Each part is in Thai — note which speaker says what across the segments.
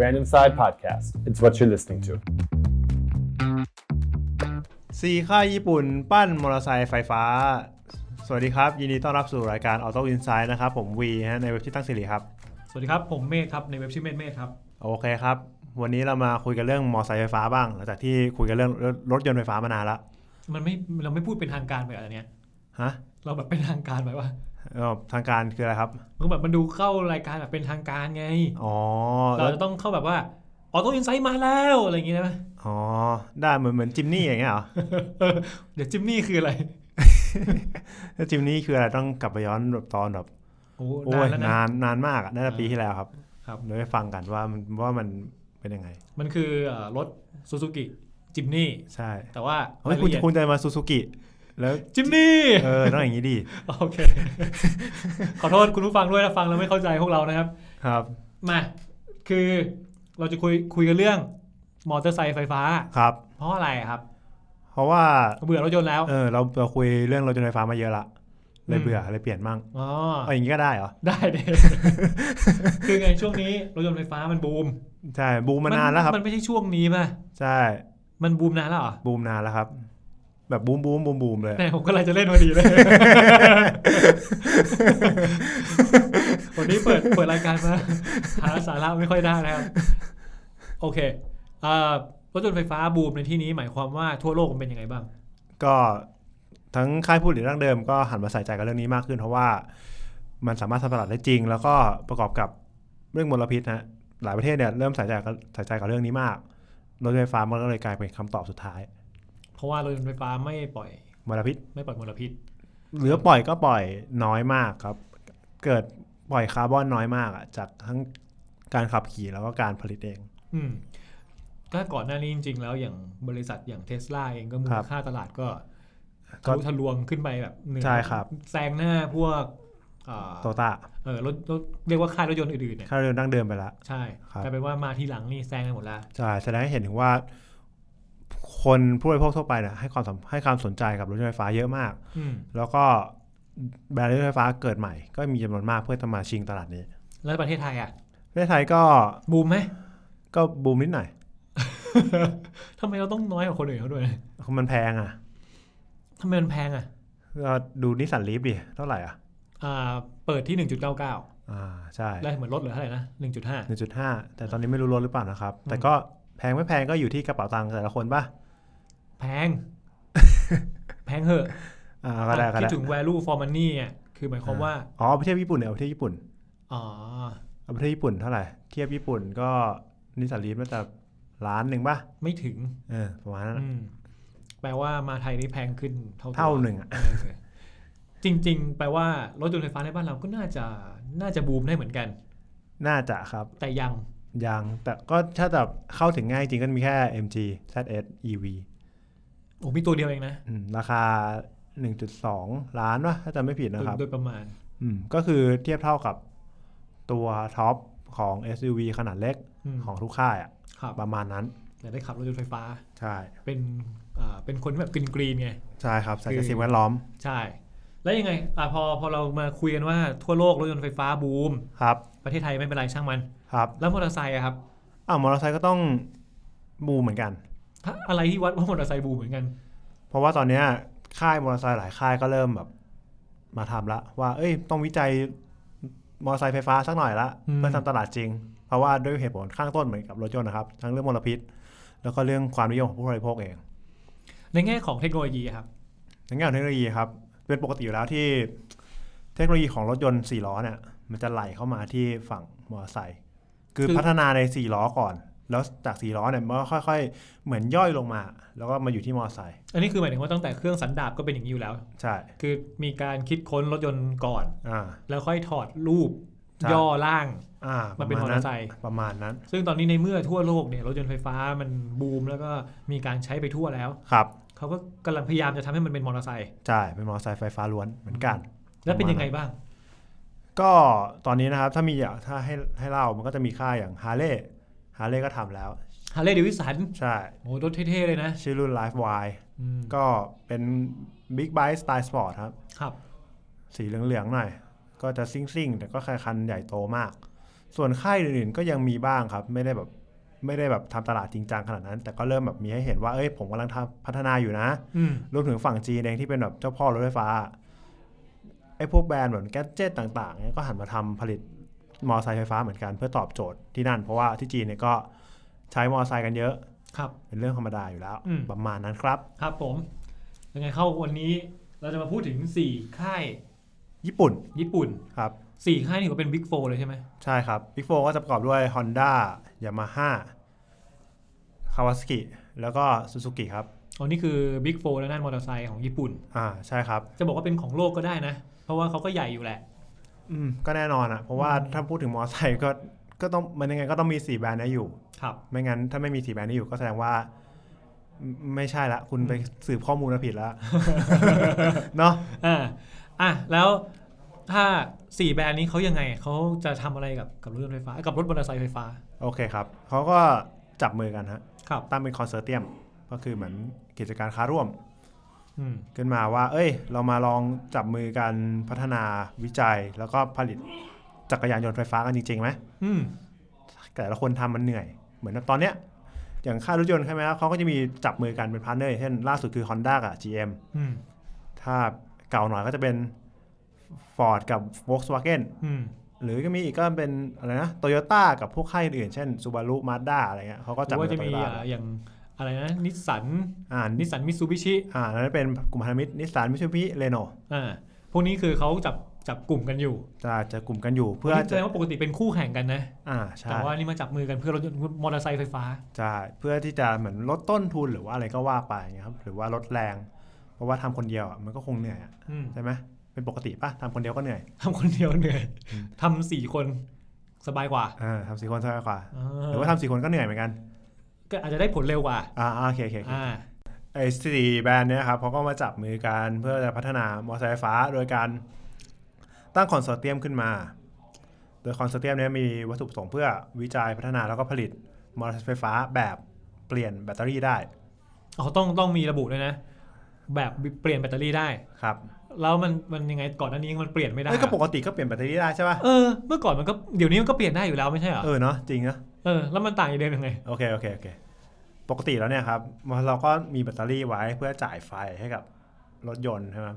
Speaker 1: Random Side Podcast. It's what you're listening to.
Speaker 2: ซีค่ายญี่ปุ่นปั้นมอเตอร์ไซค์ไฟฟ้า สวัสดีครับ ยินดีต้อนรับสู่รายการ Auto Insight นะครับ ผมวีฮะในเว็บที่ตั้งสิริครับ
Speaker 3: สวัสดีครับ ผมเมฆครับ ในเว็บชื่อเมฆเมฆครับ
Speaker 2: โอเคครับ วันนี้เรามาคุยกันเรื่องมอเตอร์ไซค์ไฟฟ้าบ้าง หลังจากที่คุยกันเรื่องรถรถยนต์ไฟฟ้ามานานละ
Speaker 3: มันไม่เราไม่พูดเป็นทางการไปอะไรเนี้ย
Speaker 2: ฮะ
Speaker 3: เราแบบเป็นทางการไปว่า
Speaker 2: เอ่อทางการคืออะไรครับ
Speaker 3: มันแบบมันดูเข้ารายการแบบเป็นทางการไง
Speaker 2: อ๋อ
Speaker 3: เรา
Speaker 2: แล้ว
Speaker 3: จะต้องเข้าแบบว่าออโต้อินไซต์มาแล้วอะไรอย่างงี้ได้ไหม
Speaker 2: อ๋อได้เหมือนเหมือนจิมนี่อย่างเงี้ยเหรอ
Speaker 3: เดี๋ยวจิมนี่คืออะไร
Speaker 2: แล้วจิมนี่คืออะไรต้องกลับไปย้อนแบบตอนแบบ
Speaker 3: โอ้
Speaker 2: โอ้
Speaker 3: นาย นแล้วนะ
Speaker 2: นานนานมากอะน่าจะปีที่แล้วครับ
Speaker 3: ครับ
Speaker 2: เดี๋ยวไปฟังกันว่ามันว่ามันเป็นยังไง
Speaker 3: มันคือเอ่อรถซูซูกิจิมนี่
Speaker 2: ใช่
Speaker 3: แต่ว่า
Speaker 2: เฮ้ย
Speaker 3: ราย
Speaker 2: คุณ
Speaker 3: ละเอียด
Speaker 2: คุณจะมาซูซูกิแล้ว
Speaker 3: จิมนี่
Speaker 2: เออต้องอย่างนี้ดี
Speaker 3: โอเค ขอโทษคุณผู้ฟังด้วยนะฟังแล้วไม่เข้าใจพวกเรานะครับ
Speaker 2: ครับ
Speaker 3: มาคือเราจะคุยคุยกันเรื่องมอเตอร์ไซค์ไฟฟ้า
Speaker 2: ครับ
Speaker 3: เพราะอะไรครับ
Speaker 2: เพราะว่า
Speaker 3: เบื่อรถยนต์แล้ว
Speaker 2: เออเราเราคุยเรื่องรถยนต์ไฟฟ้ามาเยอะละเลย
Speaker 3: อืม
Speaker 2: เบื่อเลยเปลี่ยนมั่ง
Speaker 3: อ๋อ
Speaker 2: เอาอย่างนี้ก็ได้เหรอ
Speaker 3: ได้เด้ คือไงช่วงนี้รถยนต์ไฟฟ้ามันบูม
Speaker 2: ใช่บูมมานานแล้วครับ
Speaker 3: มันไม่ใช่ช่วงนี้ป่ะ
Speaker 2: ใช่
Speaker 3: มันบูมนานแล้วเหรอ
Speaker 2: บูมนานแล้วครับ แบบบูมบูมบูมบูมเลย
Speaker 3: แน่ผมก็เลยจะเล่นพอดีเลย วันนี้เปิดเปิดรายการมาหาสาระไม่ค่อยได้นะครับ โอเคเอ่อรถยนต์ไฟฟ้าบูมในที่นี้หมายความว่าทั่วโลกมันเป็นยังไงบ้าง
Speaker 2: ก็ทั้งค่ายผู้ผลิตดั้งเดิมก็หันมาใส่ใจกับเรื่องนี้มากขึ้น เพราะว่ามันสามารถทำตลาดได้จริง แล้วก็ประกอบกับเรื่องมลพิษนะหลายประเทศเนี่ยเริ่มใส่ใจกับใส่ใจกับเรื่องนี้มากรถยนต์ไฟฟ้ามันก็เลยกลายเป็นคำตอบสุดท้าย
Speaker 3: เพราะว่ารถยนต์ไฟฟ้าไม่ปล่อย
Speaker 2: มลพิษ
Speaker 3: ไม่ปล่อยมลพิษ
Speaker 2: เหลือปล่อยก็ปล่อยน้อยมากครับ เกิดปล่อยคาร์บอนน้อยมากอะจากทั้งการขับขี่แล้วก็การผลิตเอง
Speaker 3: อืมก็ก่อนหน้านี้จริง ๆ แล้วอย่างบริษัทอย่างเทสลาเองก็มู
Speaker 2: ครั
Speaker 3: ล
Speaker 2: บ
Speaker 3: ค่าตลาดก็
Speaker 2: ก็
Speaker 3: ทะลุทะลวงขึ้นไปแบบเหนือ
Speaker 2: ใช่ครับ
Speaker 3: แซงหน้าพวกเอ่อ
Speaker 2: โตต้า
Speaker 3: เออรถรถเรียกว่าค่ายรถยนต์อื่นๆเนี่ย
Speaker 2: ค่าเรือนดั้งเดิมไปละ
Speaker 3: ใช่
Speaker 2: ครับ
Speaker 3: กลายเป็นว่ามาทีหลังนี่แซงกันหมดละ
Speaker 2: ใช่แสดงให้เห็นถึงว่า คนผู้บริโภคทั่วไปนะให้ความสำให้ความสนใจกับรถยนต์ไฟฟ้าเยอะมาก
Speaker 3: อืม
Speaker 2: แล้วก็แบรนด์รถยนต์ไฟฟ้าเกิดใหม่ ก็มีจำนวนมากเพื่อจะมาชิงตลาดนี้
Speaker 3: แล้วประเทศไทยอ่ะ
Speaker 2: ประเทศไทยก็
Speaker 3: บูมไหม
Speaker 2: ก็บูมนิดหน่อย
Speaker 3: ทำไมเราต้องน้อยกว่าคนอื่นเขาด้วย
Speaker 2: มันแพงอ่ะ
Speaker 3: ทำไมมันแพงอ่ะ
Speaker 2: ก็ดูนิสสันลีฟดิเท่าไหร่อ่ะ
Speaker 3: อ่าเปิดที่หนึ่งจุดเก้าเก้า
Speaker 2: อ่าใช่
Speaker 3: ได้เหมือนลดเหลือเท่าไหร่นะหนึ่งจุดห้า
Speaker 2: หนึ่งจุดห้าแต่ตอนนี้ไม่รู้ลดหรือเปล่านะครับ แต่ก็แพงไม่แพงก็อยู่ที่กระเป๋าตังค์แต่ละคนป่ะ
Speaker 3: แพ ง แพงเหอะ
Speaker 2: อ่าก็ได้ก็
Speaker 3: คิ
Speaker 2: ได้
Speaker 3: ดถึง value for money อ่ะคือหมายความว่า
Speaker 2: อ๋อประเทศญี่ปุ่นเนี่ยประเทศญี่ปุ่น
Speaker 3: อ๋อ
Speaker 2: เอาประเทศญี่ปุ่นเท่าไหร่เทียบญี่ปุ่นก็นิสสันลีฟน่าจะล้านหนึ่งป่ะ
Speaker 3: ไม่ถึง
Speaker 2: เออประมาณนั้นอะ
Speaker 3: อืมแปลว่ามาไทยนี่แพงขึ้นเท่าตัว
Speaker 2: เท่าหนึ่งอะ
Speaker 3: เออจริง ๆ แปลว่ารถยนต์ไฟฟ้าในบ้านเราก็น่าจะน่าจะบูมได้เหมือนกัน
Speaker 2: น่าจะครับ
Speaker 3: แต่ยัง
Speaker 2: ยังแต่ก็ถ้าแบบเข้าถึงง่ายจริงก็มีแค่ MG ZS EV
Speaker 3: โอ้มีตัวเดียวเองนะ
Speaker 2: อืมราคา 1.2 ล้านวะถ้าจำไม่ผิด
Speaker 3: โด
Speaker 2: นะ
Speaker 3: ย
Speaker 2: ครับ
Speaker 3: โดยประมาณ
Speaker 2: อืมก็คือเทียบเท่ากับตัวท็อปของ SUV ขนาดเล็ก
Speaker 3: อืม
Speaker 2: ของทุกค่ายอะ
Speaker 3: ครับ
Speaker 2: ประมาณนั้น
Speaker 3: แต่ได้ขับรถยนต์ไฟฟ้า
Speaker 2: ใช่
Speaker 3: เป็นอ่าเป็นคนที่แบบกรีนกรีนๆไง
Speaker 2: ใช่ครับใส่
Speaker 3: คื
Speaker 2: กระ
Speaker 3: อ
Speaker 2: สิบแวดล้อม
Speaker 3: ใช่ แล้วยังไงอะพอพอเรามาคุยกันว่าทั่วโลกรถยนต์ไฟฟ้าบูม
Speaker 2: ครับ
Speaker 3: ประเทศไทยไม่เป็นไรช่างมัน
Speaker 2: ครับ
Speaker 3: แล้วมอเตอร์ไซค์อะครับ
Speaker 2: อ้าวมอเตอร์ไซค์ก็ต้องบูมเหมือนกัน
Speaker 3: ถ้าอะไรที่วัดว่ามอเตอร์ไซค์บูมเหมือนกัน
Speaker 2: เพราะว่าตอนเนี้ยค่ายมอเตอร์ไซค์หลายค่ายก็เริ่มแบบมาทำละว่า เอ้ย ต้องวิจัยมอเตอร์ไซค์ไฟฟ้าสักหน่อยละ
Speaker 3: อืม
Speaker 2: เพื่อทำตลาดจริง เพราะว่าด้วยเหตุผลข้างต้นเหมือนกับรถยนต์นะครับ ทั้งเรื่องมลพิษ แล้วก็เรื่องความนิยมของผู้บริโภคเอง
Speaker 3: ในแง่ของเทคโนโลยีอะครับ
Speaker 2: ในแง่ของเทคโนโลยีครับ เป็นปกติอยู่แล้วที่เทคโนโลยีของรถยนต์ 4 ล้อเนี่ยมันจะไหลเข้ามาที่ฝั่งมอเตอร์ไซค์คือ
Speaker 3: คือ
Speaker 2: พัฒนาใน 4 ล้อก่อน แล้วจาก4ล้อเนี่ยมันก็ค่อย ๆ เหมือนย่อยลงมา แล้วก็มาอยู่ที่มอเตอร์ไซค์
Speaker 3: อันนี้คือหมายถึงว่าตั้งแต่เครื่องสันดาปก็เป็นอย่างนี้อยู่แล้ว
Speaker 2: ใช่
Speaker 3: คือมีการคิดค้นรถยนต์ก่อน
Speaker 2: อ่า
Speaker 3: แล้วค่อยถอดรูป
Speaker 2: ใช่
Speaker 3: ย่อล่าง
Speaker 2: อ่า
Speaker 3: มาเป็นมอเตอร์ไซค์
Speaker 2: ประมาณนั้น
Speaker 3: ซึ่งตอนนี้ในเมื่อทั่วโลกเนี่ยรถยนต์ไฟฟ้ามันบูมแล้วก็มีการใช้ไปทั่วแล้ว
Speaker 2: ครับ
Speaker 3: เขาก็กำลังพยายามจะทำให้มันเป็นมอเตอร์ไซค์
Speaker 2: ใช่เป็นมอเตอร์ไซค์ไฟฟ้าล้วนเหมือนกัน
Speaker 3: แล้วเป็นยังไงบ้าง
Speaker 2: ก็ตอนนี้นะครับ ถ้ามีอย่างถ้าให้ให้เล่ามันก็จะมีค่ายอย่างฮาร์เล y ฮาร์เลก็ทำแล้ว
Speaker 3: ฮาร์เลย์เดวิสัน
Speaker 2: ใช่
Speaker 3: โหรถเท่ๆเลยนะ
Speaker 2: ชื่อรุ่น Life Y
Speaker 3: อืม
Speaker 2: ก็เป็น Big Bike Style Sport ครับ
Speaker 3: ครับ
Speaker 2: สีเหลืองๆหน่อย ก็จะซิ่งๆ แต่ก็แค่คันใหญ่โตมาก ส่วนค่ายอื่นๆก็ยังมีบ้างครับ ไม่ได้แบบไม่ได้แบบทำตลาดจริงจังขนาดนั้น แต่ก็เริ่มแบบมีให้เห็นว่าเอ้ยผมกำลังทำพัฒนาอยู่นะ
Speaker 3: อืม
Speaker 2: รวมถึงฝั่งจีนเองที่เป็นแบบเจ้าพ่อรถไฟฟ้าไอ้พวกแบรนด์แบบแกดเจิตต่างๆเนี่ยก็หันมาทำผลิตมอเตอร์ไซค์ไฟฟ้าเหมือนกันเพื่อตอบโจทย์ที่นั่น เพราะว่าที่จีนเนี่ยก็ใช้มอเตอร์ไซค์กันเยอะ
Speaker 3: ครับ
Speaker 2: เป็นเรื่องธรรมดาอยู่แล้ว
Speaker 3: อืม
Speaker 2: ประมาณนั้นครับ
Speaker 3: ครับผม ยังไงเข้าวันนี้เราจะมาพูดถึง 4 ค่าย
Speaker 2: ญี่ปุ่น
Speaker 3: ญี่ปุ่น
Speaker 2: ครับ
Speaker 3: 4 ค่ายนี่ก็เป็นบิ๊กโฟเลยใช่ไหม
Speaker 2: ใช่ครับ Big 4ก็จะประกอบด้วย Honda Yamaha Kawasaki แล้วก็ Suzuki ครับ
Speaker 3: อ๋อนี่คือบิ๊กโฟและด้านมอเตอร์ไซค์ของญี่ปุ่น
Speaker 2: อ่าใช่ครับ
Speaker 3: จะบอกว่าเป็นของโลกก็ได้นะ เพราะว่าเขาก็ใหญ่อยู่แหละ
Speaker 2: อืม ก็แน่นอนอะเพราะว่าถ้าพูดถึงมอเตอร์ไซค์ก็ก็ต้องมันยังไงก็ต้องมี 4 แบรนด์นี้อยู่
Speaker 3: ครับ
Speaker 2: ไม่งั้นถ้าไม่มีสีแบรนด์นี้อยู่ก็แสดงว่าไม่ไม่ใช่ละ คุณไปสืบข้อมูลมาผิดแล้ว เนาะ
Speaker 3: อ่า อ่ะ แล้วถ้า 4 แบรนด์นี้เขายังไง เขาจะทำอะไรกับกับรถยนต์ไฟฟ้า กับรถมอเตอร์ไซค์ไฟฟ้า
Speaker 2: โอเคครับ เขาก็จับมือกันฮะ
Speaker 3: ครับ
Speaker 2: ตั้งเป็นคอนเสิร์ตเตียม ก็คือเหมือนกิจการค้าร่วม
Speaker 3: อืม
Speaker 2: ขึ้นมาว่า เอ้ย เรามาลองจับมือกันพัฒนาวิจัย แล้วก็ผลิตจักรยานยนต์ไฟฟ้ากันจริงๆไหม
Speaker 3: อืม
Speaker 2: แต่ละคนทำมันเหนื่อย เหมือนตอนเนี้ย อย่างค่ายรถยนต์ใช่ไหมครับเขาก็จะมีจับมือกันเป็นพาร์ทเนอร์อย่างเช่นล่าสุดคือ Honda กับ GM
Speaker 3: อืม
Speaker 2: ถ้าเก่าหน่อยก็จะเป็น Ford กับ Volkswagen
Speaker 3: อืม
Speaker 2: หรือก็มีอีกก็เป็นอะไรนะ Toyota กับพวกค่ายอื่นๆเช่น Subaru Mazda อะไรเงี้ยเขาก็
Speaker 3: ห
Speaker 2: จั
Speaker 3: รื
Speaker 2: บ
Speaker 3: อ
Speaker 2: มื
Speaker 3: ว่า
Speaker 2: อ
Speaker 3: จะ
Speaker 2: กัน
Speaker 3: มี
Speaker 2: ไปบ้าง
Speaker 3: อ่าอย่างอะไรนะ นิสสัน
Speaker 2: อ่า
Speaker 3: นิ
Speaker 2: นิ
Speaker 3: สสันมิตซูบิชิ
Speaker 2: อ่านั่นเป็นกลุ่มพันธมิตรนิสสันมิชูบิเลโน
Speaker 3: อ่า พวกนี้คือเขาจับจับกลุ่มกันอยู่
Speaker 2: จะจะกลุ่มกันอยู่เพื่อ
Speaker 3: นี่แส
Speaker 2: จะ
Speaker 3: ดงว่าปกติเป็นคู่แข่งกันนะ
Speaker 2: อ่าใช่
Speaker 3: แต่ว่านี่มาจับมือกันเพื่อรถยนต์มอเตอร์ไซค์ไฟฟ้า
Speaker 2: ใช่เพื่อที่จะเหมือนลดต้นทุนหรือว่าอะไรก็ว่าไปเงี้ยครับหรือว่าลดแรง เพราะว่าทำคนเดียวอ่ะมันก็คงเหนื่อยอ่ะ
Speaker 3: อืม
Speaker 2: ใช่ไหมเป็นปกติป่ะทำคนเดียวก็เหนื่อย
Speaker 3: ทำคนเดียวเหนื่อยทำสี่คนสบายกว่า
Speaker 2: อ่าทำสี่คนสบายกว่า
Speaker 3: อ่
Speaker 2: หรือว่าทำสี่คนก็เหนื่อยเหมือนกัน
Speaker 3: ก็อาจจะได้ผลเร็วกว่า
Speaker 2: อ่าอ่าโอเคโอเคโอเค
Speaker 3: อ่า
Speaker 2: ไอ้สี่แบรนด์เนี่ยครับเขาก็มาจับมือกันเพื่อจะพัฒนามอเตอร์ไซค์ไฟฟ้า โดยการตั้งคอนโซร์เตียมขึ้นมา โดยคอนโซร์เตียมเนี้มีวัตถุประสงค์เพื่อวิจัยพัฒนาแล้วก็ผลิตมอเตอร์ไซค์ไฟฟ้าแบบเปลี่ยนแบตเตอรี่ได้
Speaker 3: อ๋อต้องต้องมีระบุด้วยนะ แบบเปลี่ยนแบตเตอรี่ได้
Speaker 2: ครับ
Speaker 3: แล้วมันมันยังไงก่อนหน้านี้มันเปลี่ยนไม่ได้
Speaker 2: เอ้ยก็ปกติก็เปลี่ยนแบตเตอรี่ได้ใช่ป่ะ
Speaker 3: เออเมื่อก่อนมันก็เดี๋ยวนี้มันก็เปลี่ยนได้อยู่แล้วไม่ใช่เหรอ
Speaker 2: เออเนาะจริงนะ
Speaker 3: เออแล้วมันต่างจากเดิมยังไง
Speaker 2: โอเคโอเคโอเคปกติแล้วเนี่ยครับเราก็มีแบตเตอรี่ไว้เพื่อจ่ายไฟให้กับรถยนต์ใช่ไหม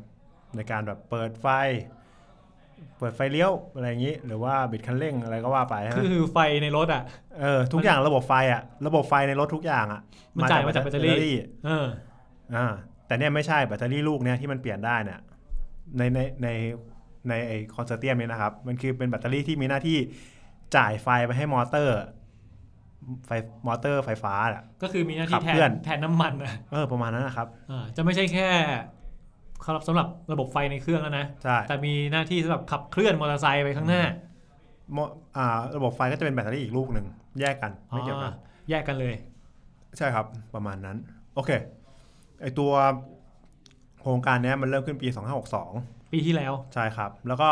Speaker 2: ในการแบบเปิดไฟ เปิดไฟเลี้ยวอะไรอย่างนี้ หรือว่าบิดคันเร่งอะไรก็ว่าไปใช่ไหม
Speaker 3: คือไฟในรถอ่ะ
Speaker 2: เออทุกอย่างระบบไฟอะระบบไฟในรถทุกอย่างอะ
Speaker 3: มันจ่ายมาจากแบตเตอรี่ เออ
Speaker 2: อ่าแต่เนี่ยไม่ใช่แบตเตอรี่ลูกเนี่ยที่มันเปลี่ยนได้เนี่ยในในในในไอคอนเซอร์เตียมเนี่ยนะครับ มันคือเป็นแบตเตอรี่ที่มีหน้าที่จ่ายไฟไปให้มอเตอร์ไฟมอเตอร์ไฟฟ้าอ่ะ
Speaker 3: ก็คือมีหน้า
Speaker 2: ขั
Speaker 3: ที่
Speaker 2: บ
Speaker 3: แท
Speaker 2: เคลื่อน น
Speaker 3: แทนน้ำมันอ่ะ
Speaker 2: เออประมาณนั้นนะครับ
Speaker 3: เออจะไม่ใช่แค่สำหรับสำหรับระบบไฟในเครื่องแล้วนะ
Speaker 2: ใช่
Speaker 3: แต่มีหน้าที่สำหรับขับเคลื่อนมอเตอร์ไซค์ไปข้างหน้าม
Speaker 2: ออ่าระบบไฟก็จะเป็นแบตเตอรี่อีกลูกหนึ่งแยกกันไม่เกี่ยวกัน
Speaker 3: อ่าแยกกันเลย
Speaker 2: ใช่ครับ ประมาณนั้น โอเคไอตัวโครงการเนี้ยมันเริ่มขึ้นปี 2562
Speaker 3: ปีที่แล้ว
Speaker 2: ใช่ครับ แล้วก็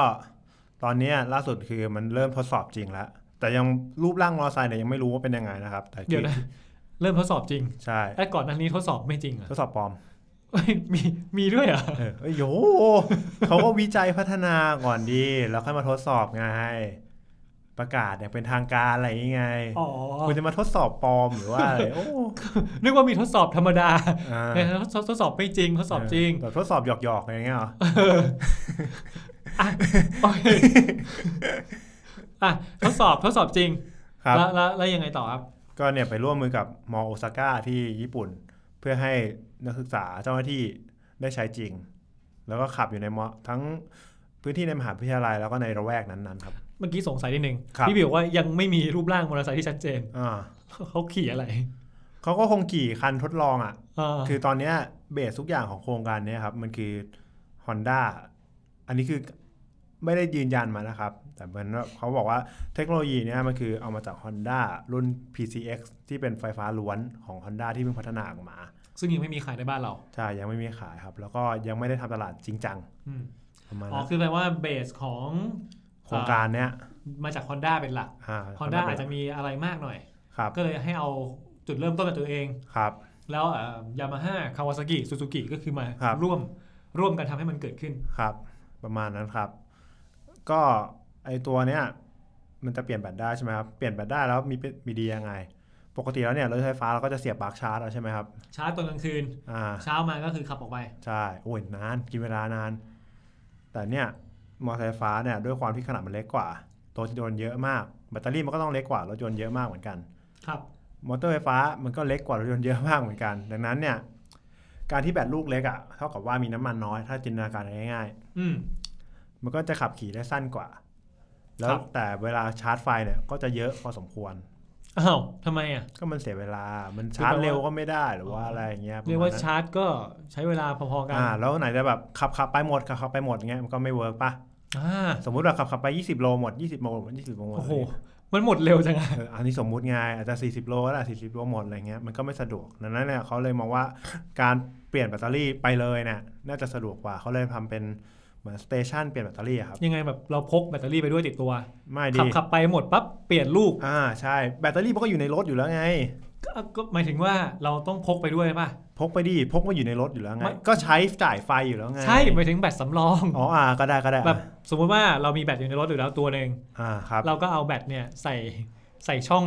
Speaker 2: ตอนเนี้ยล่าสุดคือมันเริ่มทดสอบจริงแล้ว แต่ยังรูปร่างมอเตอร์ไซค์เนี่ยยังไม่รู้ว่าเป็นยังไงนะครับ แต่คือ
Speaker 3: เดี๋ยวนะ เริ่มทดสอบจริง
Speaker 2: ใช่
Speaker 3: แต่ก่อนหน้านี้ทดสอบไม่จริงเหร
Speaker 2: ท
Speaker 3: อ่ะ
Speaker 2: ดสอบปลอม
Speaker 3: มีมีด้วยเหรอ
Speaker 2: เออเอ้ยโยเขาก็วิจัยพัฒนาก่อนดีแล้วค่อยมาทดสอบไง ประกาศอย่างเป็นทางการอะไรอยังไง
Speaker 3: อ๋อ
Speaker 2: คุณจะมาทดสอบปลอมหรือว่า อะไรโอ้
Speaker 3: นึกว่ามีทดสอบธรรมดา
Speaker 2: อ่า
Speaker 3: แต่ทดสอบทดสอบไม่จริง ทดสอบจริง
Speaker 2: แบบทดสอบหยอกๆอะไรอย่างเงี้ยเหรอ
Speaker 3: โอเคอ่ะทดสอบทดสอบจริง
Speaker 2: ครับ
Speaker 3: แล้วแล้วแล้วยังไงต่อครับ
Speaker 2: ก็เนี่ยไปร่วมมือกับมอโอซาก้าที่ญี่ปุ่น เพื่อให้นักศึกษาเจ้าหน้าที่ได้ใช้จริง แล้วก็ขับอยู่ในมอทั้งพื้นที่ในมหาวิทยาลัยแล้วก็ในระแวกนั้นๆครับ
Speaker 3: เมื่อกี้สงสัยนิดนึง
Speaker 2: ครับ
Speaker 3: พี่บิวว่ายังไม่มีรูปร่างมอเตอร์ไซค์ที่ชัดเจน
Speaker 2: อ่า
Speaker 3: เขาขี่อะไร
Speaker 2: เขาก็คงขี่คันทดลองอ่ะ
Speaker 3: อ่า
Speaker 2: คือตอนเนี้ยเบสทุกอย่างของโครงการเนี้ยครับ มันคือ Honda อันนี้คือไม่ได้ยืนยันมานะครับ แต่เหมือนว่าเขาบอกว่าเทคโนโลยีเนี้ยมันคือเอามาจาก Honda รุ่น PCX ที่เป็นไฟฟ้าล้วนของ Honda ที่เพิ่งพัฒนาออกมา
Speaker 3: ซึ่งยังไม่มีขายในบ้านเรา
Speaker 2: ใช่ยังไม่มีขายครับ แล้วก็ยังไม่ได้ทำตลาดจริงจัง
Speaker 3: อืม
Speaker 2: ประมาณ
Speaker 3: อ๋อ
Speaker 2: นั้น
Speaker 3: คือแปลว่าเบสของ
Speaker 2: โครงการเนี้ย
Speaker 3: มาจาก Honda เป็นหลัก
Speaker 2: อ่า
Speaker 3: Honda
Speaker 2: Honda
Speaker 3: อาจจะมีอะไรมากหน่อย
Speaker 2: ครับ
Speaker 3: ก็เลยให้เอาจุดเริ่มต้นจากตัวเอง
Speaker 2: ครับ
Speaker 3: แล้วยามาฮ่าคาวาซากิซูซูกิก็คือมา
Speaker 2: ครับ
Speaker 3: ร่วมร่วมกันทำให้มันเกิดขึ้น
Speaker 2: ครับ ประมาณนั้นครับ ก็ไอตัวเนี้ย มันจะเปลี่ยนแบตได้ใช่ไหมครับ เปลี่ยนแบตได้แล้วมีมีดียังไง ปกติแล้วเนี่ยรถไฟฟ้าเราก็จะเสียบปลั๊กชาร์จเอาใช่ไหมครับ
Speaker 3: ชาร์จตอนกลางคืน
Speaker 2: อ่า
Speaker 3: เช้ามาก็คือขับออกไป
Speaker 2: ใช่ โอ้ยนานกินเวลานาน แต่เนี่ยมอเตอร์ไซค์ไฟฟ้าเนี่ยด้วยความที่ขนาดมันเล็กกว่า รถยนต์เยอะมาก แบตเตอรี่มันก็ต้องเล็กกว่ารถยนต์เยอะมากเหมือนกัน
Speaker 3: ครับ
Speaker 2: มอเตอร์ไฟฟ้ามันก็เล็กกว่ารถยนต์เยอะมากเหมือนกัน ดังนั้นเนี่ยการที่แบตลูกเล็กอะ่ะเท่ากับว่ามีน้ำมันน้อย ถ้าจินตนาการง่าย
Speaker 3: อืม
Speaker 2: ๆ มันก็จะขับขี่ได้สั้นกว่า แล้ว
Speaker 3: ครับ
Speaker 2: แต่เวลาชาร์จไฟเนี่ยก็จะเยอะพอสมควร
Speaker 3: อ้าวทำไมอ่ะ
Speaker 2: ก็มันเสียเวลา มันชาร์จเร็วก็ไม่ได้หรือว่า
Speaker 3: อ๋ออ
Speaker 2: อะไรอย่างเงี้ยประมณ
Speaker 3: เรียกว่า
Speaker 2: นั้น
Speaker 3: ชาร์จก็ใช้เวลาพอๆกัน
Speaker 2: อ่าแล้วไหนจะแบบขับขับไปหมดขับขับไปหมดเงี้ยมันก็ไม่เวิร์กปะ
Speaker 3: อ่า
Speaker 2: สมมุติว่าขับขับไป 20 โลหมด 20โลหมด20โลหมด
Speaker 3: โอ้โห มันหมดเร็วจังอะ
Speaker 2: เอออันนี้สมมุติไงอาจจะ 40 โลก็ได้40 โลหมดอะไรเงี้ยมันก็ไม่สะดวกดังนั้นเนี่ยเขาเลยมองว่า การเปลี่ยนแบตเตอรี่ไปเลยเนี่ยน่าจะสะดวกกว่าเขาเลยทำเป็นเหมือนสเตชันเปลี่ยนแบตเตอรี่อะครับ
Speaker 3: ยังไงแบบเราพกแบตเตอรี่ไปด้วยติดตัว
Speaker 2: ไม่
Speaker 3: ขั
Speaker 2: ดี
Speaker 3: บขับไปหมดปั๊บเปลี่ยนลูก
Speaker 2: อ่าใช่แบตเตอรี่มันก็อยู่ในรถอยู่แล้วไง
Speaker 3: ก็ก็หมายถึงว่าเราต้องพกไปด้วยป่ะ
Speaker 2: พกไปดิพกมาอยู่ในรถอยู่แล้วไง
Speaker 3: ไม่
Speaker 2: ก็ใช้จ่ายไฟอยู่แล้วไง
Speaker 3: ใช่หมายถึงแบตสำรอง
Speaker 2: อ๋ออ่าก็ได้ก็ได้
Speaker 3: แบบสมมุติว่าเรามีแบตอยู่ในรถอยู่แล้วตัวหนึ่ง
Speaker 2: อ่าครับ
Speaker 3: เราก็เอาแบตเนี่ยใส่ใส่ช่อง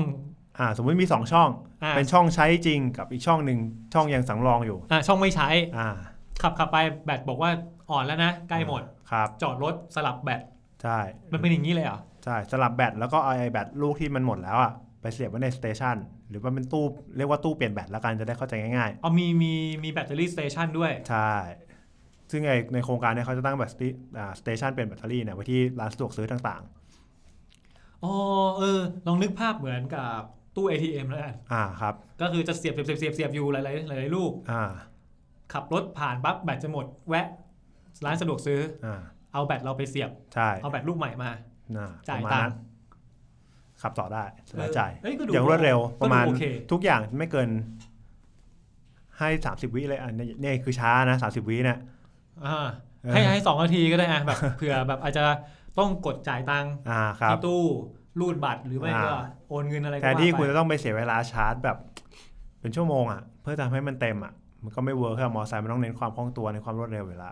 Speaker 2: อ่าสมมุติมีสองช่อง
Speaker 3: อ่า
Speaker 2: เป็นช่องใช้จริงกับอีกช่องหนึ่งช่องยังสำรองอยู่
Speaker 3: อ่าช่องไม่ใช้
Speaker 2: อ่า
Speaker 3: ขับขับไปแบตบอกว่าอ่อนแล้วนะ ใกล้หมด
Speaker 2: ครับ
Speaker 3: จอดรถสลับแบต
Speaker 2: ใช่
Speaker 3: มันเป็นอย่างนี้เลยเหรอ
Speaker 2: ใช่สลับแบตแล้วก็เอาไอแบตลูกที่มันหมดแล้วอ่ะไปเสียบไว้ในสเตชันหรือว่าเป็นตู้เรียกว่าตู้เปลี่ยนแบตแล้วกันจะได้เข้าใจง่าย
Speaker 3: เอามีมีมีแบตเตอรี่สเตชันด้วย
Speaker 2: ๆ ใช่ ซึ่งไอในโครงการเนี่ยเขาจะตั้งแบตสเตชันเป็นแบตเตอรี่เนี่ยไว้ที่ร้านสะดวกซื้อต่าง
Speaker 3: อ๋อเออ ลองนึกภาพเหมือนกับตู้ ATM แล้วกัน
Speaker 2: ๆ อ่าครับ
Speaker 3: ก็คือจะเสียบเสียบเสียบเสียบเสียบอยู่หลายๆหลายๆลูก
Speaker 2: อ่า
Speaker 3: ขับรถผ่านปั๊บแบตจะหมด แวะ ร้านสะดวกซื้อ
Speaker 2: อ่า
Speaker 3: เอาแบตเราไปเสียบ
Speaker 2: ใช่
Speaker 3: เอาแบตลูกใหม่มา
Speaker 2: น่ะ
Speaker 3: จ่าย
Speaker 2: ประมณ
Speaker 3: ตัง
Speaker 2: นั้น
Speaker 3: ค์
Speaker 2: ขับต่อได้สบายใจ
Speaker 3: เอ้ยก็ดู
Speaker 2: อย่างรวดเร็วป
Speaker 3: ก็
Speaker 2: ระมาณ
Speaker 3: ดูโอเค
Speaker 2: ทุกอย่างไม่เกิน ให้สามสิบวิเลยอันนี้เนี่ยคือช้านะสามสิบวิเนี่ย
Speaker 3: อ่า
Speaker 2: เออ
Speaker 3: ให้ให้สองนาทีก็ได้อะแบบ เผื่อแบบอาจจะต้องกดจ่ายตังค์
Speaker 2: อ่าครับ
Speaker 3: ที่ตู้รูดบัตรหรือไม่ก็
Speaker 2: อ่า
Speaker 3: โอนเงินอะไรก็
Speaker 2: แต่
Speaker 3: ว่า
Speaker 2: ที่
Speaker 3: ไป
Speaker 2: คุณจะต้องไปเสียเวลาชาร์จแบบ เป็นชั่วโมงอ่ะ เพื่อทำให้มันเต็มอ่ะ มันก็ไม่เวิร์คครับมอเตอร์ไซค์มันต้องเน้นความคล่องตัวในความรวดเร็วเวลา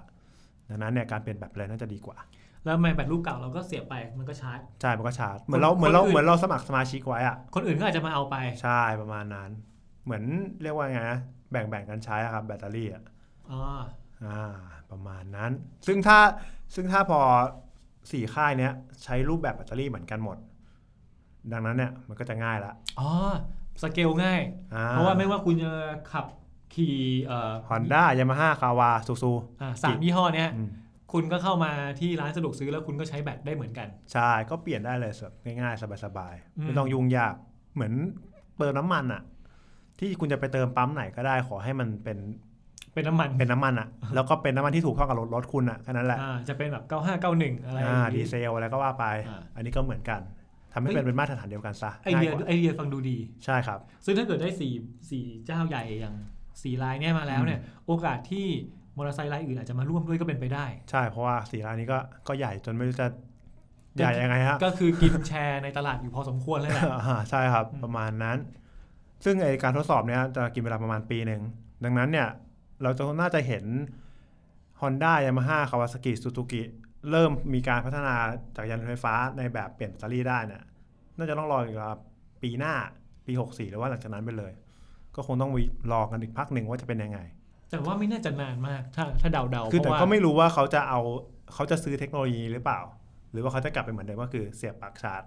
Speaker 2: ดังนั้นเนี่ยการเปลี่ยนแบบเลยน่าจะดีกว่า
Speaker 3: แล้วไม่แบตลูกเก่าเราก็เสียบไปมันก็ชาร์จ
Speaker 2: ใช่ มันก็ชาร์จ เหมือนเราเหมือนเรา
Speaker 3: คนอื่น
Speaker 2: เหมือนเราสมัครสมาชิกไว้อ่ะ
Speaker 3: คนอื่นก็อาจจะมาเอาไป
Speaker 2: ใช่ประมาณนั้น เหมือนเรียกว่าไงนะแบ่งแบ่งกันใช้อะครับแบตเตอรี่อ่ะ
Speaker 3: อ๋อ
Speaker 2: อ่าประมาณนั้น ซึ่งถ้าซึ่งถ้าพอสี่ค่ายเนี้ยใช้รูปแบบแบตเตอรี่เหมือนกันหมด ดังนั้นเนี่ยมันก็จะง่ายละ
Speaker 3: อ๋อ สเกลง่าย
Speaker 2: อ่
Speaker 3: เพราะว่าไม่ว่าคุณจะขับขี่เอ่อ
Speaker 2: ฮอนด้ายามาฮ่าคาวาซูซู
Speaker 3: อ่าสามยี่ห้อเนี้ย
Speaker 2: อืม
Speaker 3: คุณก็เข้ามาที่ร้านสะดวกซื้อแล้วคุณก็ใช้แบตได้เหมือนกัน
Speaker 2: ใช่ ก็เปลี่ยนได้เลยแบบง่ายๆ สบาย
Speaker 3: อื
Speaker 2: ๆ
Speaker 3: ม
Speaker 2: ไม่ต้องยุ่งยาก เหมือนเติมน้ำมันอะที่คุณจะไปเติมปั๊มไหนก็ได้ขอให้มันเป็น
Speaker 3: เป็นน้ำมัน
Speaker 2: เป็นน้ำมันอะแล้วก็เป็นน้ำมันที่ถูกเข้ากับรถรถคุณอะแค่นั้นแหละ
Speaker 3: อ่าจะเป็นแบบ 9591 อะไรอย่า
Speaker 2: อ่าง ดี
Speaker 3: งี้
Speaker 2: เซลอะไรก็ว่าไป
Speaker 3: อ่า
Speaker 2: อันนี้ก็เหมือนกันทำให้
Speaker 3: เฮ้ย
Speaker 2: เป็นเป็นมาตรฐานเดียวกันซะ
Speaker 3: ไอเดีย
Speaker 2: ง่ายกว่า
Speaker 3: ไอเดียฟังดูดี
Speaker 2: ใช่ครับ
Speaker 3: ซึ่งถ้าเกิดได้สี่สี่เจ้าใหญ่อย่างสี่รายเนี่ยมาแล้วเนี่ยโอกาสที่มอเตอร์ไซค์รายอื่นอาจจะมาร่วมด้วยก็เป็นไปได้
Speaker 2: ใช่เพราะว่าสีร้านนี้ก็ก็ใหญ่จนไม่รู้จะใหญ่ยังไงฮะ
Speaker 3: ก็คือกินแชร์ในตลาดอยู่พอสมควรเลยแหละ
Speaker 2: อ่าใช่ครับ
Speaker 3: อืม
Speaker 2: ประมาณนั้น ซึ่งไอการทดสอบเนี้ยจะกินเวลาประมาณปีหนึ่ง ดังนั้นเนี่ย เราจะน่าจะเห็น Honda Yamaha Kawasaki Suzuki เริ่มมีการพัฒนาจักรยานไฟฟ้าในแบบเปลี่ยนแบตเตอรี่ได้เนี่ยน่าจะต้องรออีกประมาณปีหน้าปี 64 หรือว่าหลังจากนั้นไปเลย ก็คงต้องรอกันอีกพักหนึ่งว่าจะเป็นยังไง
Speaker 3: แต่ว่าไม่น่าจะนานมากถ้าถ้าเดาเดาๆ
Speaker 2: คือ
Speaker 3: เพ
Speaker 2: แต่
Speaker 3: ราะว่า
Speaker 2: ก็ไม่รู้ว่าเขาจะเอาเขาจะซื้อเทคโนโลยีหรือเปล่า หรือว่าเขาจะกลับไปเหมือนเดิมก็คือเสียบปลั๊กชาร์จ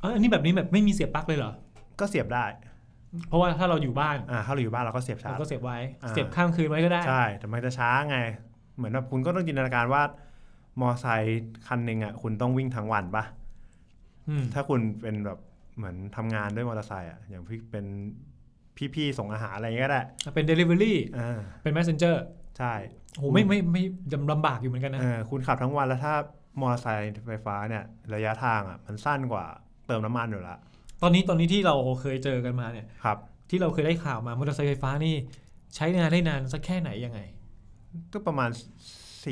Speaker 3: เอ้ยอันนี้แบบนี้แบบไม่มีเสียบปลั๊กเลยเหรอ
Speaker 2: ก็เสียบได้
Speaker 3: เพราะว่าถ้าเราอยู่บ้าน
Speaker 2: อ่าถ้าเราอยู่บ้านเราก็เสียบชา
Speaker 3: เรา
Speaker 2: ร์จ
Speaker 3: ก็เสียบไว้
Speaker 2: อ่า
Speaker 3: เสียบข้ามคืนไว้ก็ได้
Speaker 2: ใช่ แต่มันจะช้าไง เหมือนแบบคุณก็ต้องจินตนาการว่ามอไซค์คันหนึ่งอ่ะคุณต้องวิ่งทั้งวันปะ
Speaker 3: อืม
Speaker 2: ถ้าคุณเป็นแบบเหมือนทำงานด้วยมอเตอร์ไซค์อ่ะอย่างพี่เป็นพี่ๆส่งอาหารอะไรอย่างเงี้ยก็ได้
Speaker 3: เป็น Delivery
Speaker 2: อ่า
Speaker 3: เป็น Messenger
Speaker 2: ใช่
Speaker 3: โอ้โหไม่ไม่ไม่ลำบากอยู่เหมือนกันนะ
Speaker 2: เออคุณขับทั้งวันแล้วถ้ามอเตอร์ไซค์ไฟฟ้าเนี่ย ระยะทางอ่ะมันสั้นกว่าเติมน้ำมันอยู่ละ
Speaker 3: ตอนนี้ตอนนี้ที่เราเคยเจอกันมาเนี่ย
Speaker 2: ครับ
Speaker 3: ที่เราเคยได้ข่าวมามอเตอร์ไซค์ไฟฟ้านี่ ใช้งานได้นานสักแค่ไหนยังไง
Speaker 2: ก็ประมาณ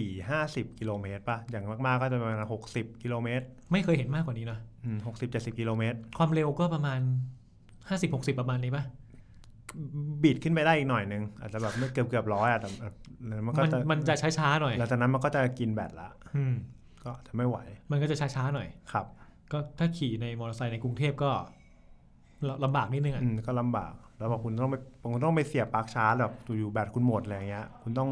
Speaker 2: สี่ห้าสิบกิโลเมตรป่ะอย่างมากๆก็จะประมาณหกสิบกิโลเมตร
Speaker 3: ไม่เคยเห็นมากกว่านี้นะ
Speaker 2: หกสิบเจ็ดสิบกิโลเมตร
Speaker 3: ความเร็วก็ประมาณ 50-60 ประมาณนี้ปะ
Speaker 2: บีดขึ้นไปได้อีกหน่อยนึงอาจจะแบบไม่เกือบเกือบร้อยอ่ะแต่แต่มันก็
Speaker 3: มัน
Speaker 2: จะ
Speaker 3: มันจะช้าๆหน่อย
Speaker 2: หลังจากนั้นมันก็จะกินแบตละ
Speaker 3: อืม
Speaker 2: ก็จะไม่ไหว
Speaker 3: มันก็จะช้าๆหน่อย
Speaker 2: ครับ
Speaker 3: ก็ถ้าขี่ในมอเตอร์ไซค์ในกรุงเทพก็ลลำบากนิดนึงอ่ะ
Speaker 2: อืมก็ลำบาก แล้วบอกคุณต้องไปคุณต้องไปเสียบปลั๊กชาร์จแบบอยู่ๆแบตคุณหมดอะไรอย่างเงี้ย คุณต้อง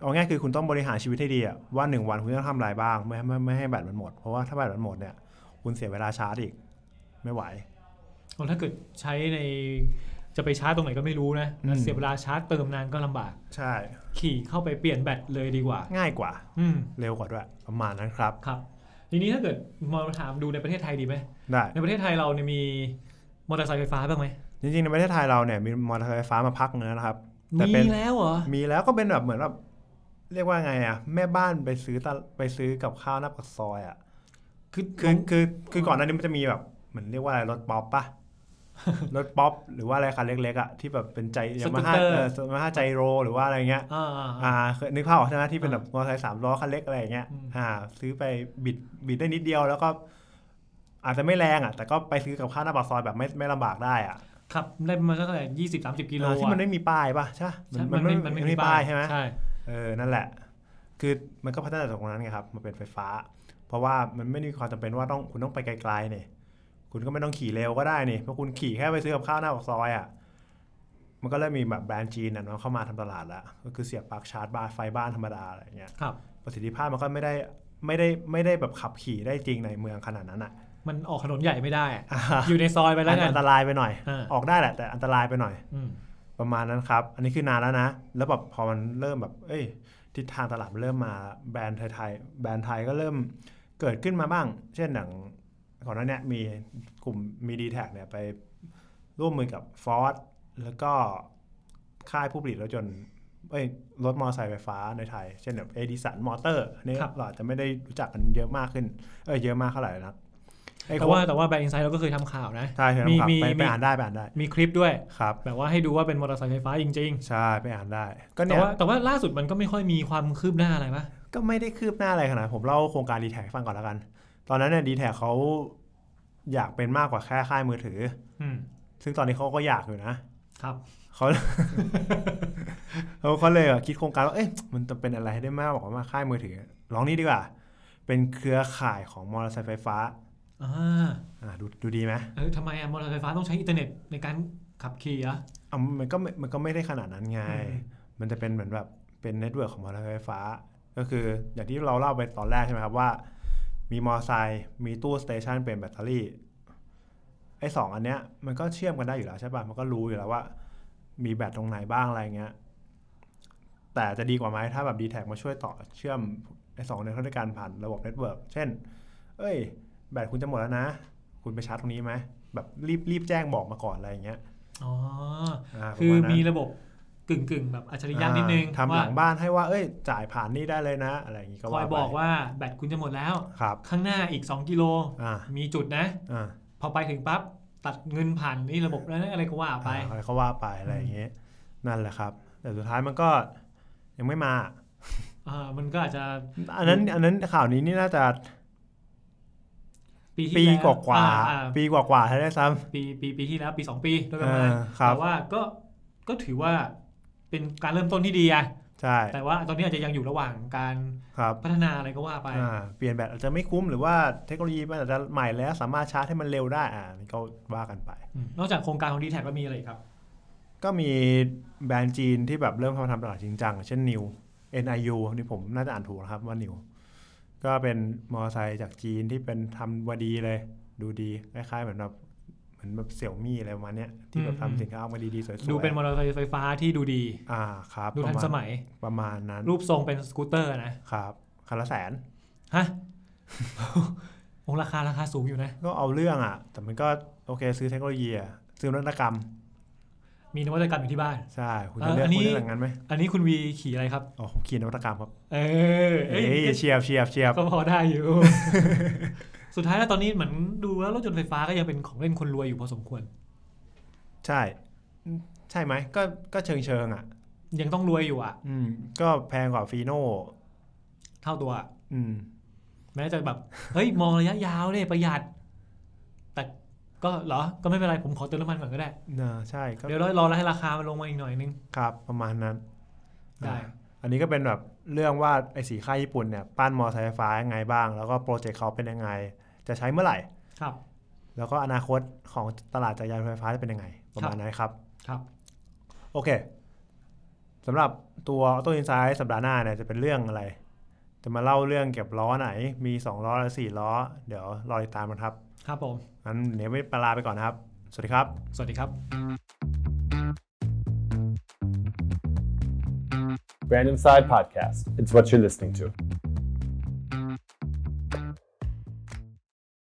Speaker 2: เอาง่ายคือคุณต้องบริหารชีวิตให้ดีอะว่าหนึ่งวันคุณต้องทำอะไรบ้างไม่ไม่ไม่ให้แบตมันหมด เพราะว่าถ้าแบตมันหมดเนี่ย คุณเสียเวลาชาร์จอีก ไม่ไหว
Speaker 3: เอาถ้าเกิดใช้ในจะไปชาร์จตรงไหนก็ไม่รู้นะ
Speaker 2: อืม
Speaker 3: แล้วเสียเวลาชาร์จเติมนานก็ลำบาก
Speaker 2: ใช่
Speaker 3: ขี่เข้าไปเปลี่ยนแบตเลยดีกว่า
Speaker 2: ง่ายกว่า
Speaker 3: อืม
Speaker 2: เร็วกว่าด้วย ประมาณนั้นครับ
Speaker 3: ครับ ทีนี้ถ้าเกิดมาถามดูในประเทศไทยดีไหม
Speaker 2: ได้
Speaker 3: ในประเทศไทยเราเนี่ยมีมอเตอร์ไซค์ไฟฟ้าบ้างไหม
Speaker 2: จริงๆ ในประเทศไทยเราเนี่ยมีมอเตอร์ไซค์ไฟฟ้ามาพักหนึงแล้วนะครับ แต่
Speaker 3: มี
Speaker 2: เป็น
Speaker 3: แล้วเหรอ
Speaker 2: มีแล้วก็เป็นแบบเหมือนแบบเรียกว่าไงอะแม่บ้านไปซื้อตะไปซื้อกับข้าวหน้าปากซอยอะ
Speaker 3: คือคื
Speaker 2: คือ
Speaker 3: อ
Speaker 2: คือคือก่อนหน้านี้มันจะมีแบบเหมือนเรียกว่าอะไรรถป๊อป ปะ รถป๊อปหรือว่าอะไรคันเล็กๆอะที่แบบเป็นใจยามาฮ่าเออมาฮ่าใจโรหรือว่าอะไรเงี้ย
Speaker 3: อ่าอ่า
Speaker 2: อ่าเคยนึกภาพออกใช่ไหมที่เป็น
Speaker 3: อ่า
Speaker 2: แบบมอเตอร์ไซค์สามล้อคันเล็กอะไรอย่างเงี้ย
Speaker 3: อืม
Speaker 2: อ่า ซื้อไปบิดบิดได้นิดเดียวแล้วก็ อาจจะไม่แรงอ่ะ แต่ก็ไปซื้อกับข้าวหน้าปากซอยแบบไม่ไม่ลำบากได้อ่ะ
Speaker 3: ขับได้ประมาณสักเท่าไหร่ยี่สิบสามสิบกิโล
Speaker 2: อ่าที่มัน
Speaker 3: อะ
Speaker 2: ไม่มีป้ายป่ะใช่ปะ
Speaker 3: ใช่มันไม่มันไม่มีป้าย
Speaker 2: ใช่ไหม
Speaker 3: ใช่
Speaker 2: เออนั่นแหละ คือมันก็พัฒนาจากตรงนั้นไงครับมาเป็นไฟฟ้า เพราะว่ามันไม่มีความจำเป็นว่าต้องคุณต้องไปไกลๆเนี่ยคุณก็ไม่ต้องขี่เร็วก็ได้นี่เพราะคุณขี่แค่ไปซื้อกับข้าวหน้าปากซอยอ่ะมันก็เริ่มมีแบบแบรนด์จีนอ่ะมันเข้ามาทำตลาดละก็คือเสียบปลั๊กชาร์จบ้านไฟบ้านธรรมดาอะไรอย่างเงี้ย
Speaker 3: ครับ
Speaker 2: ประสิทธิภาพมันก็ไม่ได้ไม่ได้ไม่ได้แบบขับขี่ได้จริงในเมืองขนาดนั้นอ่ะ
Speaker 3: มันออกถนนใหญ่ไม่ได้อะ
Speaker 2: อ่า
Speaker 3: อยู่ในซอยไปแล้วกั
Speaker 2: อั
Speaker 3: น
Speaker 2: นตรายไปหน่อย
Speaker 3: อ่า
Speaker 2: ออกได้แหละแต่อันตรายไปหน่อย
Speaker 3: อืม
Speaker 2: ประมาณนั้นครับ อันนี้คือนานแล้วนะ แล้วแบบพอมันเริ่มแบบ เอ้ยทิศทางตลาดมันเริ่มมาแบรนด์ไทยๆแบรนด์ไทยก็เริ่มเกิดขึ้นมาบ้าง เช่นอย่างก่อนหน้าเนี้ยมีกลุ่มมีดีแท็เนี่ยไปร่วมมือกับ Ford แล้วก็ค่ายผู้ผลิตรถยนต์เอ้ยรถมอเตอร์ไซค์ไฟฟ้าในไทย เช่นแบบเอดิสันมอเตอร์นี่
Speaker 3: ครับ
Speaker 2: เราอาจจะไม่ได้รู้จักกันเยอะมากขึ้น เอ้ยเยอะมากเท่าไหร่นะไอ้
Speaker 3: แต่
Speaker 2: โค้ด
Speaker 3: ว่าแต่ว่าแบรนด์อินไซด์เราก็เคยทำข่าวนะ
Speaker 2: ใช่เห็น
Speaker 3: มี
Speaker 2: ครับ
Speaker 3: มี
Speaker 2: ไปไป
Speaker 3: มี
Speaker 2: อ่านได้ไปอ่านได้
Speaker 3: มีคลิปด้วย
Speaker 2: ครับ
Speaker 3: แบบว่าให้ดูว่าเป็นมอเตอร์ไซค์ไฟฟ้าจริง
Speaker 2: ใช่ไปอ่านได้ก็
Speaker 3: ๆ แต่
Speaker 2: เนี่ย
Speaker 3: ว่าแต่ว่าล่าสุดมันก็ไม่ค่อยมีความคืบหน้าอะไรปะ
Speaker 2: ก็ไม่ได้คืบหน้าอะไรขนาดนั้นผมเล่าโครงการดีแท็ฟังก่อนแล้วกัน ตอนนั้นเนี่ยดีแท็เขาอยากเป็นมากกว่าแค่ค่ายมือถือ
Speaker 3: อืม
Speaker 2: ซึ่งตอนนี้เขาก็อยากอยู่นะครับ เขา เขาเขาเลยอะคิดโครงการว่าเอ๊ะมันจะเป็นอะไรให้ได้มากกว่ามาค่ายมือถือลองนี้ดีกว่า เป็นเครือข่ายของมอเตอร์ไซค์ไฟฟ้า
Speaker 3: อ่า
Speaker 2: อ่าดูดูดีไหม
Speaker 3: เออทำไมอะมอเตอร์ไซค์ไฟฟ้าต้องใช้อินเทอร์เน็ตในการขับขี่อะ
Speaker 2: อ่ะมันก็ไม่มันก็ไม่ได้ขนาดนั้นไง
Speaker 3: อืม
Speaker 2: มันจะเป็นเหมือนแบบเป็นเน็ตเวิร์กของมอเตอร์ไซค์ไฟฟ้า ก็คืออย่างที่เราเล่าไปตอนแรกใช่ไหมครับว่า มีมอเตอร์ไซค์มีตู้สเตชันเป็นแบตเตอรี่ไอ้สองอันเนี้ยมันก็เชื่อมกันได้อยู่แล้วใช่ปะมันก็รู้อยู่แล้วว่า มีแบตตรงไหนบ้างอะไรเงี้ยแต่จะดีกว่าไหมถ้าแบบ d t แทมาช่วยต่อเชื่อมไอ้สองเนี้ยเข้าด้วยกันผ่านระบบเน็ตเวิร์กเช่น เอ้ย แบตคุณจะหมดแล้วนะ คุณไปชาร์จตรงนี้ไหมแบบรีบรีบแจ้งบอกมาก่อนอะไรอย่างเงี้ย
Speaker 3: อ๋อ
Speaker 2: าป
Speaker 3: คื
Speaker 2: ระณ
Speaker 3: อา
Speaker 2: นั้น
Speaker 3: มีระบบกึ่งกึ่งๆแบบอัจฉริยะนิดนึง
Speaker 2: อ่าทำหลังบ้านให้ว่า เอ้ย จ่ายผ่านนี่ได้เลยนะ อะไรอย่างนี้ก็
Speaker 3: คอ
Speaker 2: ว่าย ไป
Speaker 3: บอกว่าแบตคุณจะหมดแล้ว
Speaker 2: ครับ
Speaker 3: ข้างหน้าอีก 2 กิโล
Speaker 2: อ่า
Speaker 3: มีจุดนะ
Speaker 2: อ่า
Speaker 3: พอไปถึงปั๊บตัดเงินผ่านนี่ระบบแล้วนะอะไรก็ว่าไป
Speaker 2: อ่าอะไรก็ว่าไปอะไรอย่างเงี้ยนั่นแหละครับ แต่สุดท้ายมันก็ยังไม่มา
Speaker 3: อ่ามันก็อาจจะ
Speaker 2: อันนั้น อันนั้นข่าวนี้นี่น่าจะ
Speaker 3: ปีที่
Speaker 2: ปี
Speaker 3: แล้ว
Speaker 2: กว่าๆ
Speaker 3: อ่อ่
Speaker 2: ปีกว่าๆใช่ได้ซ้
Speaker 3: ปีปีปีที่แล้วปีสองปีโดยประมาณ
Speaker 2: เออครับ
Speaker 3: แต่ว่าก็ก็ถือว่าเป็นการเริ่มต้นที่ดีอะ
Speaker 2: ำใช่
Speaker 3: แต่ว่าตอนนี้อาจจะยังอยู่ระหว่างการ
Speaker 2: ครับ
Speaker 3: พัฒนาอะไรก็ว่าไป
Speaker 2: อ่าเปลี่ยนแบตอาจจะไม่คุ้มหรือว่าเทคโนโลยีมันอาจจะใหม่แล้วสามารถชาร์จให้มันเร็วได้อ่านี่ก็ว่ากันไป
Speaker 3: นอกจากโครงการของดีแท็กแล้วมีอะไรอีกครับ
Speaker 2: ก็มีแบรนด์จีนที่แบบเริ่มเข้ามาทำตลาดจริงจังเช่นนิว NIU นี่ผมน่าจะอ่านถูกนะครับว่านิว ก็เป็นมอเตอร์ไซค์จากจีนที่เป็นทำวดีเลย ดูดีคล้ายๆเหมือนแบบเหมือนแบบเสี่ยวมี่อะไรประมาณเนี้ยที่แบบ
Speaker 3: อืม
Speaker 2: ทำสินค้าออกมาดีๆ สวยๆ
Speaker 3: ดูเป็นมอเตอร์ไซค์ไฟฟ้าที่ดูดี
Speaker 2: อ่าครับ
Speaker 3: ดูทัน
Speaker 2: ประาณ
Speaker 3: สมัย
Speaker 2: ประมาณนั้น
Speaker 3: รูปทรงเป็นสกูตเตอร์นะครับ
Speaker 2: คันละแสน
Speaker 3: ฮะ โอ้ราคาราคาสูงอยู่นะ
Speaker 2: ก็เอาเรื่องอ่ะ แต่มันก็โอเคซื้อเทคโนโลยีอะซื้อนวัตกรรม
Speaker 3: มีนวัตกรรมอยู่ที่บ้าน
Speaker 2: ใช่ คุณ
Speaker 3: เอ่
Speaker 2: จะ
Speaker 3: อ
Speaker 2: เลือก
Speaker 3: อันนี้
Speaker 2: คุณเลือกอย่างนั้นไหม
Speaker 3: อันนี้คุณวีขี่อะไรครับ
Speaker 2: อ๋อผมขี่นวัตกรรมครับ
Speaker 3: เออ
Speaker 2: เฮ้
Speaker 3: เอ้ย
Speaker 2: ยเชียบเชียบเชียบ
Speaker 3: ก็พอได้อยู่ สุดท้ายแล้วตอนนี้เหมือนดูแล้วรถยนต์ไฟฟ้าก็ยังเป็นของเล่นคนรวยอยู่พอสมควร
Speaker 2: ใช่ใช่ไหมก็ก็เชิงเชิงๆอ่ะ
Speaker 3: ยังต้องรวยอยู่อ่ะ
Speaker 2: อืมก็แพงกว่าฟีโน่
Speaker 3: เท่าตัวอะ
Speaker 2: อืม
Speaker 3: แม้จะแบบ เฮ้ย มองระยะยาวเนี่ยประหยัด แต่ก็เหรอ ก็ไม่เป็นไร ผมขอเติมน้ำมันก่อนก็ได้
Speaker 2: นะใช่ก็
Speaker 3: เดี๋ยวรอรอให้ราคามันลงมาอีกหน่อยนึง
Speaker 2: ครับประมาณนั้น
Speaker 3: ได้
Speaker 2: อ่ะอันนี้ก็เป็นแบบเรื่องว่าไอ้สีค่ายญี่ปุ่นเนี่ย ปั้นมอเตอร์ไซค์ไฟฟ้ายังไงบ้าง แล้วก็โปรเจกต์เขาเป็นยังไง จ จะใช้เมื่อไหร่
Speaker 3: ครับ
Speaker 2: แล้วก็อนาคตของตลาดจักรยานไฟฟ้าจะเป็นยังไง ประมาณนั้นครับ
Speaker 3: ครับ
Speaker 2: โอเคสำหรับตัว Auto Insight สัปดาห์หน้าเนี่ยจะเป็นเรื่องอะไร จะมาเล่าเรื่องเก็บล้อไหน มี 2 ล้อหรือ4ล้อ เดี๋ยวรอติดตามกันครับ
Speaker 3: ครับผม
Speaker 2: งั้นเดี๋ยวไม่ปลาไปก่อนนะครับ สวัสดีครับ
Speaker 3: สวัสดีครับ
Speaker 1: Random Side Podcast. It's what you're listening to.